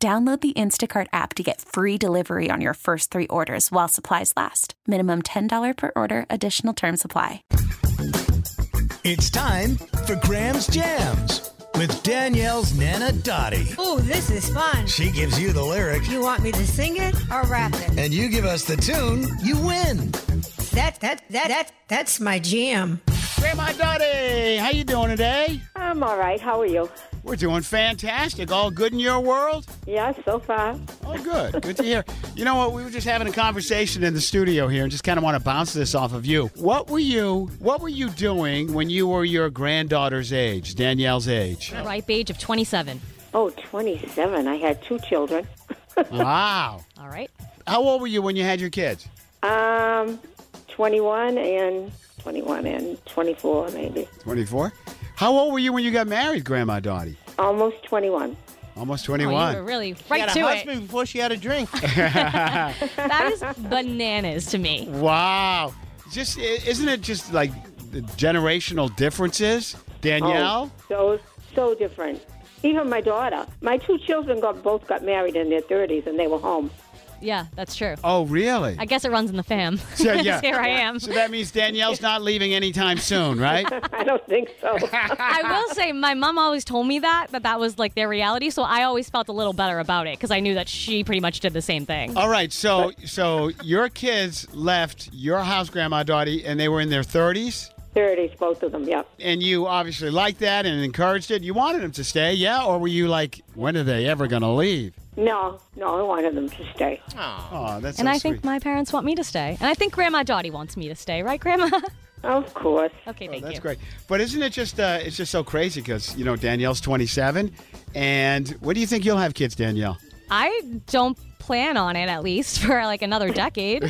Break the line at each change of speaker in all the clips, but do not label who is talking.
Download the Instacart app to get free delivery on your first three orders while supplies last. Minimum $10 per order, additional term supply.
It's time for Graham's Jams with Danielle's Nana Dottie.
Oh, this is fun.
She gives you the lyric,
You want me to sing it or rap it?
and you give us the tune, you win.
That that that that that's my jam.
Grandma Dottie, how you doing today?
I'm all right. How are you?
We're doing fantastic. All good in your world?
Yeah, so far.
Oh, good. Good to hear. You know what? We were just having a conversation in the studio here and just kind of want to bounce this off of you. What were you What were you doing when you were your granddaughter's age, Danielle's age?
ripe age of 27.
Oh, 27. I had two children.
Wow.
All right.
How old were you when you had your kids?
Um, 21 and 21 and 24, maybe.
24. How old were you when you got married, Grandma Dottie?
Almost 21.
Almost
Oh,
21.
you were really right
had a
to
husband
it.
before she had a drink.
That is bananas to me.
Wow. Just i- isn't it just like the generational differences, Danielle?
So, so different. Even my daughter. My two children got both got married in their 30s and they were home.
Yeah, that's true.
Oh, really?
I guess it runs in the fam.
Yeah, yeah.
Here I am.
So that means Danielle's not leaving anytime soon, right?
I don't think so.
I will say, my mom always told me that, that that was like their reality. So I always felt a little better about it because I knew that she pretty much did the same thing.
All right, so so your kids left your house, Grandma Dottie, and they were in their 30s,
30s, both of them, yep.
and you obviously liked that and encouraged it. You wanted them to stay, yeah? Or were you like, when are they ever going to leave?
No, no, I wanted them to stay.
Oh, that's
and
so
I
sweet.
think my parents want me to stay. And I think Grandma Dottie wants me to stay, right, Grandma?
Of course.
okay,
Oh,
thank
that's
you.
great. But isn't it just uh, it's just so crazy because you know Danielle's 27, and when do you think you'll have kids, Danielle?
I don't plan on it at least for like another decade,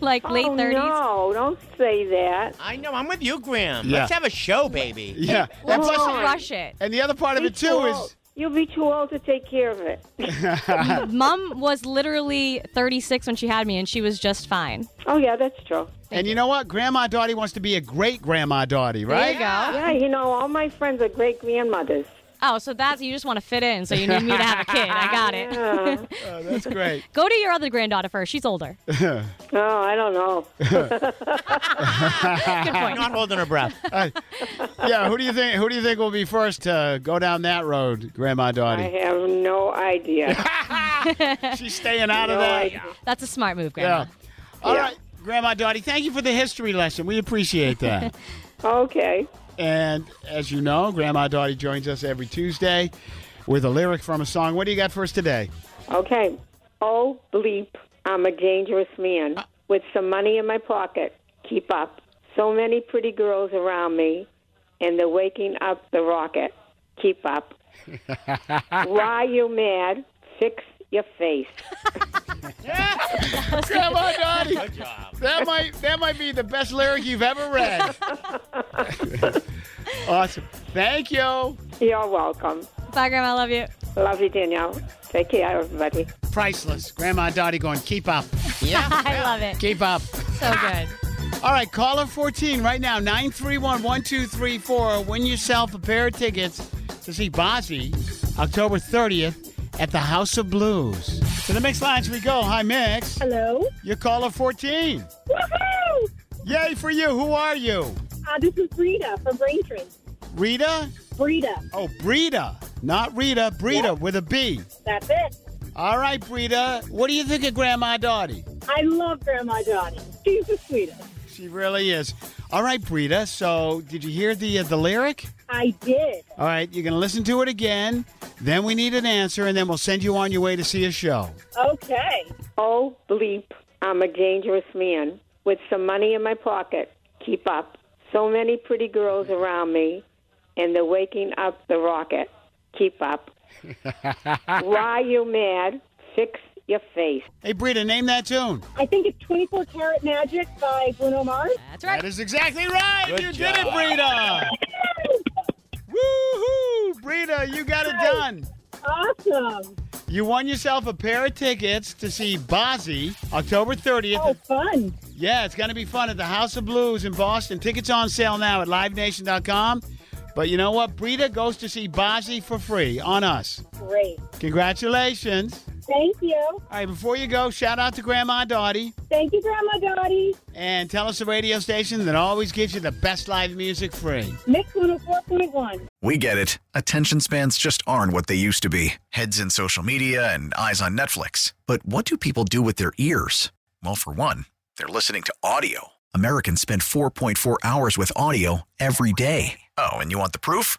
like late
oh,
30s.
no, don't say that.
I know. I'm with you, Graham.
Yeah.
Let's have a show, baby.
Yeah. And,
Let's
plus-
not rush it.
and the other part of
Be
it too
too
is
old. You'll be too old to take care of it.
Mom was literally 36 when she had me, and she was just fine.
Oh, yeah, that's true.
and you know what? Grandma Dottie wants to be a great Grandma Dottie,
There
right?
you go.
Yeah, you know, all my friends are great grandmothers.
Oh, so that's you just want to fit in, so you need me to have a kid. I got it.
Oh, that's great.
Go to your other granddaughter first. She's older.
Oh, I don't know.
Good point.
Not holding her breath.
yeah. Who do you think? Who do you think will be first to go down that road, Grandma
I
Dottie?
have no idea.
She's staying out of
No
that.
idea.
That's a smart move, Grandma.
Yeah. All right, Grandma Dottie. Thank you for the history lesson. We appreciate that.
Okay.
And as you know, Grandma Dottie joins us every Tuesday with a lyric from a song. What do you got for us today?
Okay. Oh, bleep. I'm a dangerous man
Ah.
with some money in my pocket. Keep up. So many pretty girls around me, and they're waking up the rocket. Keep up. Why you mad? Fix your face.
Grandma Dottie. That might that might be the best lyric you've ever read. awesome. Thank you.
You're welcome.
Bye, Grandma. I love you.
Love you, Danielle. Take care, everybody.
Priceless. Grandma Dottie going, keep up.
I love it.
Keep up.
So good.
All right, caller 14 right now, 931 1234. Win yourself a pair of tickets to see Bozzy October 30th at the House of Blues. To the Mix Lines we go. Hi, Mix.
Hello.
You're caller 14.
Woohoo!
Yay for you. Who are you?
Uh, this is Rita from Braintree.
Rita?
Rita,
Oh, Brita. Not Rita, Brita with a B.
that's it.
All right, Brita. What do you think of Grandma Dottie?
I love Grandma Johnny. She's the sweetest.
She really is. All right, Brita. So, did you hear the uh, the lyric?
I did.
All right, you're going to listen to it again. Then we need an answer, and then we'll send you on your way to see a show.
Okay.
Oh, bleep. I'm a dangerous man with some money in my pocket. Keep up. So many pretty girls around me, and they're waking up the rocket. Keep up. Why you mad? fix your face.
Hey, Brita, name that tune.
I think it's 24 Karat Magic by Bruno Mars.
That's right.
That is exactly right.
Good
you
job.
did it, Brita. Woohoo! Brita, you got it done.
Awesome.
You won yourself a pair of tickets to see Bozzy October 30th.
Oh, fun.
Yeah, it's going to be fun at the House of Blues in Boston. Tickets on sale now at livenation.com. But you know what? Brita goes to see Bozzy for free on us.
Great.
Congratulations.
Thank you.
All right, before you go, shout out to Grandma Dottie
Thank you, Grandma Dottie.
and tell us the radio station that always gives you the best live music free.
Mix 104.1.
We get it. Attention spans just aren't what they used to be heads in social media and eyes on Netflix. But what do people do with their ears? Well, for one, they're listening to audio. Americans spend 4.4 hours with audio every day. Oh, and you want the proof?